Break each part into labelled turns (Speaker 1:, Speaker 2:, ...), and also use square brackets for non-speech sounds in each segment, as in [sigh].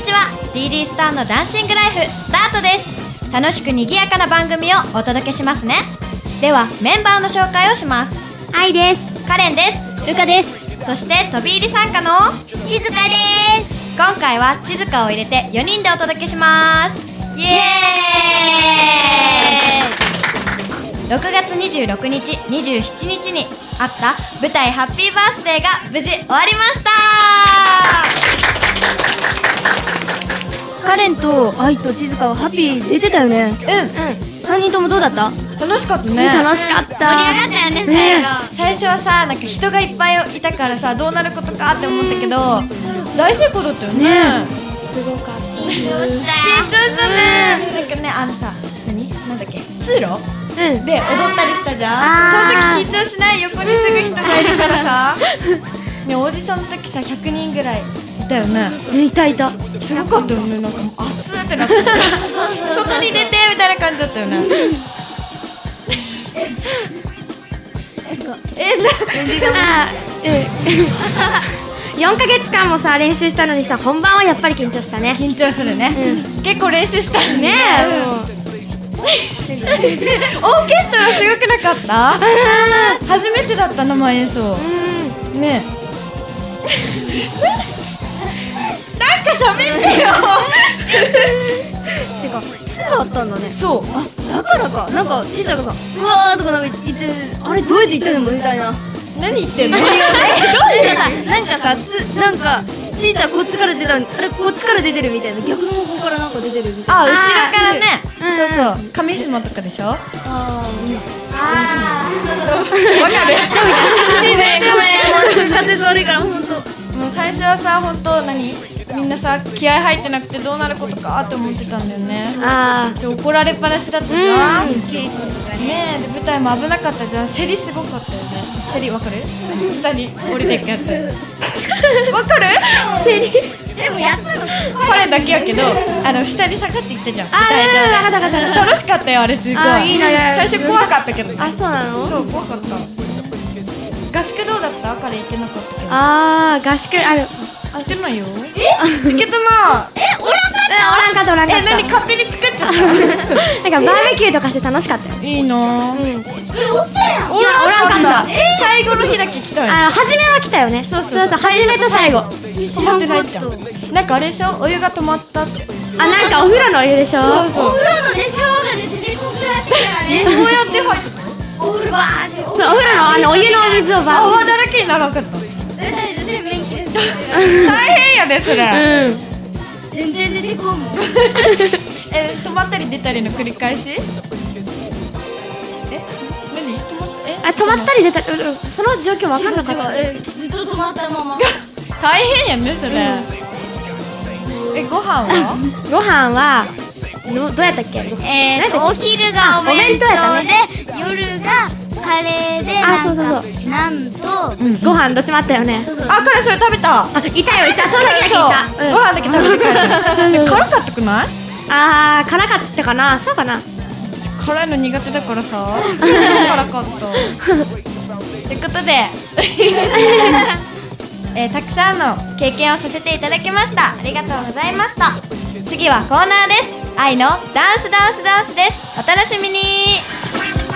Speaker 1: ちは DD スターのダンシングライフスタートです楽しくにぎやかな番組をお届けしますねではメンバーの紹介をします
Speaker 2: 愛です
Speaker 1: カレンです
Speaker 2: ルカです
Speaker 1: そして飛び入り参加の
Speaker 2: 静香です
Speaker 1: 今回は静香を入れて4人でお届けしますイエーイ6月26日27日にあった舞台「ハッピーバースデー」が無事終わりました
Speaker 2: カレンと愛と静香はハッピー出てたよね
Speaker 1: う
Speaker 2: 3人ともどうだった
Speaker 1: ん楽しかったね
Speaker 2: 楽しかった盛り上がったよね
Speaker 1: 最
Speaker 2: 最後
Speaker 1: 初はさなんか人がいっぱいいたからさどうなることかって思ったけど大成功だったよね緊張したねなんかねあのさ何なんだっけ通路
Speaker 2: うん
Speaker 1: で踊ったりしたじゃん
Speaker 2: あー
Speaker 1: その時緊張しない横にすぐ人がいるから [laughs] さねオーディションの時さ100人ぐらいいたよね
Speaker 2: ねいたいた
Speaker 1: すごかったよねなんかもう熱ってなって外に出てみたいな感じだったよねえな
Speaker 2: 4ヶ月間もさ練習したのにさ本番はやっぱり緊張したね
Speaker 1: 緊張するね、結構練習したね
Speaker 2: ねえ
Speaker 1: [laughs] オ
Speaker 2: もう
Speaker 1: ーケストラすごくなかった [laughs] 初めてだった生演奏ねえなんか喋ってよ
Speaker 2: てか通路あったんだね
Speaker 1: そう
Speaker 2: あだからかなんかちいちゃんがさうわーとかなんか言ってあれどうやって言ったのみたいな
Speaker 1: 何言ってんの
Speaker 2: なんかさつなんかちいちゃんこっちから出たのにあれこっちから出てるみたいな逆の方向からなんか出てるみたいな
Speaker 1: あ後ろからね
Speaker 2: うん
Speaker 1: そうそう上下とかでしょわか
Speaker 2: あ
Speaker 1: る
Speaker 2: ごめんごめんもう風邪悪いから本当
Speaker 1: もう最初はさ本当何みんなさ気合入ってなくてどうなることかって思ってたんだよね
Speaker 2: あ
Speaker 1: で怒られっぱなしだったじゃん稽古とかねで舞台も危なかったじゃん競りすごかったよね競りわかる下に降りていくやつわかる競り
Speaker 2: でもやったの
Speaker 1: これだけやけどあの下に下がっていったじゃん
Speaker 2: あ
Speaker 1: 舞台上で
Speaker 2: ーわかったわかったわかった
Speaker 1: 楽しかったよあれすごい
Speaker 2: あーいいな
Speaker 1: 最初怖かったけど
Speaker 2: あそうなの
Speaker 1: そう怖かった合宿どうだった彼行ってなかったけど
Speaker 2: あー合宿ある
Speaker 1: 行ってないよえ行けてな
Speaker 2: おらんかったおらんか
Speaker 1: いえ
Speaker 2: った
Speaker 1: 何勝手に作っちゃった
Speaker 2: なんかバーベキューとかして楽しかったよ
Speaker 1: いいなぁお
Speaker 2: いやおらんかった
Speaker 1: 最後の日だけ来たよ
Speaker 2: あの初めは来たよね
Speaker 1: そうそうそう
Speaker 2: 初めと最後あ
Speaker 1: 止まってないじゃんなんかあれでしょお湯が止まったってそう
Speaker 2: なんかお風呂のお湯でしょ
Speaker 1: そうこう
Speaker 3: 風呂のね、シャワーがね、攻め込んであってからね、
Speaker 1: やって入って
Speaker 3: お風呂バーって、お
Speaker 2: そうお風呂のあのお湯のお水をバー
Speaker 1: 泡だらけにならんかった
Speaker 3: 風呂で全面切れて
Speaker 1: 大変やでそれ
Speaker 2: うん
Speaker 3: 全然出てこんもん。
Speaker 1: え止まったり出たりの繰り返しえ何止まっえ
Speaker 2: あ止まったり出たり、うんうんその状況分かんなかった
Speaker 3: 違う違うえずっと止まったまま。
Speaker 1: 大変やねそれえご飯は
Speaker 2: ご飯はのどうやったっけご飯
Speaker 3: え
Speaker 2: ーと
Speaker 3: お昼がお
Speaker 2: 弁当やったね
Speaker 3: で、夜がカレーで
Speaker 2: あそうそうそう
Speaker 3: うなんと、
Speaker 2: ご飯どっちもあったよね
Speaker 3: そうそう
Speaker 1: あ彼それ食べた
Speaker 2: あいたよいたその時だけい
Speaker 1: そう
Speaker 2: た、
Speaker 1: ご
Speaker 2: うん、
Speaker 1: 飯だけ食べて帰
Speaker 2: [laughs]
Speaker 1: るで辛かったくない
Speaker 2: あー辛かったかなそうかな
Speaker 1: 辛いの苦手だからさ辛かったということで [laughs] えーたくさんの経験をさせていただきましたありがとうございました次はコーナーです愛のダンスダンスダンスですお楽しみに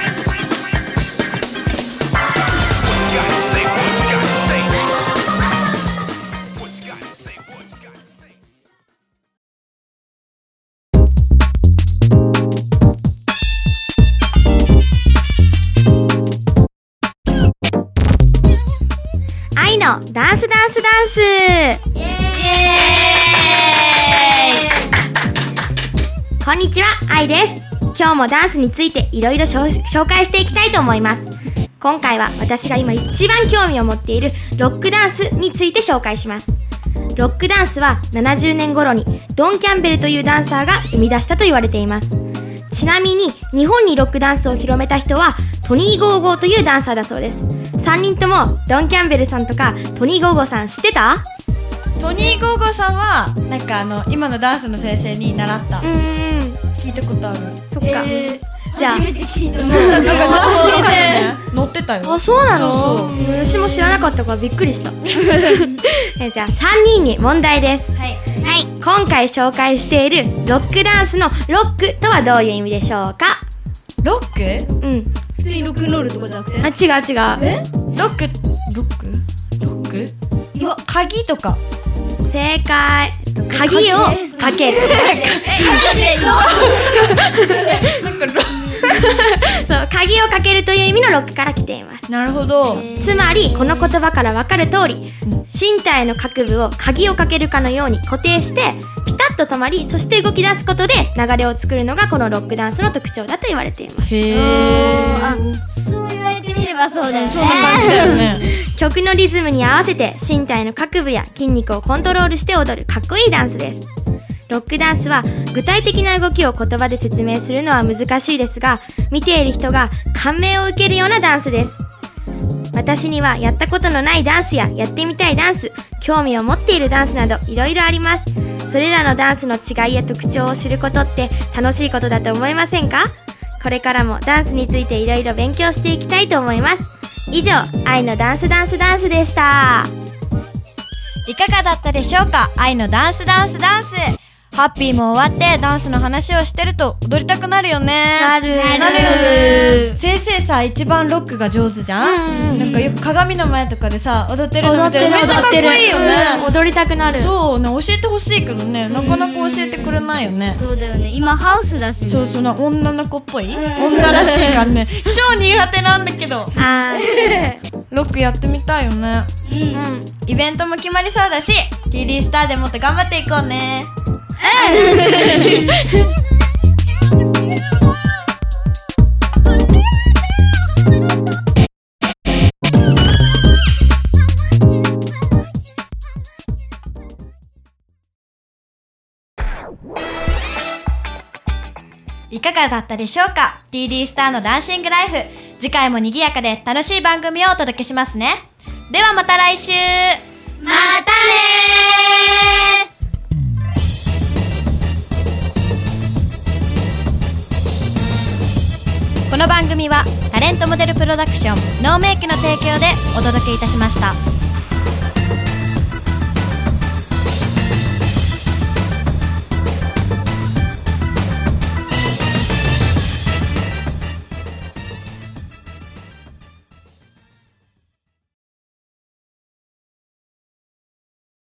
Speaker 2: 愛のダンスダンスダンスこんにちは愛です今日もダンスについていろいろ紹紹介していきたいと思います今回は私が今一番興味を持っているロックダンスについて紹介しますロックダンスは70年頃にドン・キャンベルというダンサーが生み出したと言われていますちなみに日本にロックダンスを広めた人はトニー・ゴーゴーというダンサーだそうです3人ともドン・キャンベルさんとかトニー・ゴーゴーさん知ってた
Speaker 1: トニー・ゴーゴーさんはなんかあの今のダンスの先生に習った
Speaker 2: うーん
Speaker 1: 聞いたことある
Speaker 2: そっか、
Speaker 3: えー
Speaker 2: じゃあ
Speaker 3: 初めて聞いた。なんか
Speaker 1: なんかね乗ってたよ
Speaker 2: あそうな
Speaker 1: そう
Speaker 2: の
Speaker 1: そう
Speaker 2: [laughs] 私も知らなかったからびっくりしたえじゃあ3人に問題です
Speaker 1: はい
Speaker 3: はい
Speaker 2: 今回紹介しているロックダンスのロックとはどういう意味でしょうか
Speaker 1: ロック
Speaker 2: うん。
Speaker 4: 普通にロックンロールとかじゃなくて
Speaker 2: あ、違う違う。
Speaker 4: え
Speaker 1: ロックロックロック
Speaker 4: いや
Speaker 1: 鍵とか
Speaker 2: 正解。鍵をかける。
Speaker 3: え
Speaker 1: なんかロ
Speaker 2: [laughs] そう、鍵をかけるという意味のロックから来ています。
Speaker 1: なるほど
Speaker 2: つまり、この言葉からわかる通り、身体の各部を鍵をかけるかのように固定して、ピタッと止まり、そして動き出すことで流れを作るのがこのロックダンスの特徴だと言われています。
Speaker 1: へえ
Speaker 3: あそう言われてみればそうだよね
Speaker 1: そんな感じだよね
Speaker 2: 曲のリズムに合わせて身体の各部や筋肉をコントロールして踊るかっこいいダンスですロックダンスは具体的な動きを言葉で説明するのは難しいですが見ている人が感銘を受けるようなダンスです私にはやったことのないダンスややってみたいダンス興味を持っているダンスなどいろいろありますそれらのダンスの違いや特徴を知ることって楽しいことだと思いませんかこれからもダンスについていろいろ勉強していきたいと思います以上愛のダンスダンスダンスでした
Speaker 1: いかがだったでしょうか愛のダンスダンスダンスハッピーも終わってダンスの話をしてると踊りたくなるよね
Speaker 2: なる
Speaker 1: なるよね先生さ一番ロックが上手じゃん、
Speaker 2: うんうん
Speaker 1: なんかよく鏡の前とかでさ踊ってる
Speaker 2: 踊
Speaker 1: の
Speaker 2: っ
Speaker 1: 見て
Speaker 2: てる
Speaker 1: めっちゃかっこいいよね、
Speaker 2: うん踊りたくなる
Speaker 1: そうね教えてほしいけどねなかなか教えてくれないよね
Speaker 3: そうだよね今ハウスだしね
Speaker 1: そうその女の子っぽい女らしい感ね超苦手なんだけど
Speaker 2: あ
Speaker 1: ロックやってみたいよね
Speaker 2: ーうん
Speaker 1: イベントも決まりそうだし TD スターでもっと頑張っていこうねいかがだったでしょうか ?TD スターのダンシングライフ。次回も賑やかで楽しい番組をお届けしますね。ではまた来週
Speaker 3: またねー
Speaker 1: この番組はタレントモデルプロダクションノーメイクの提供でお届けいたしました。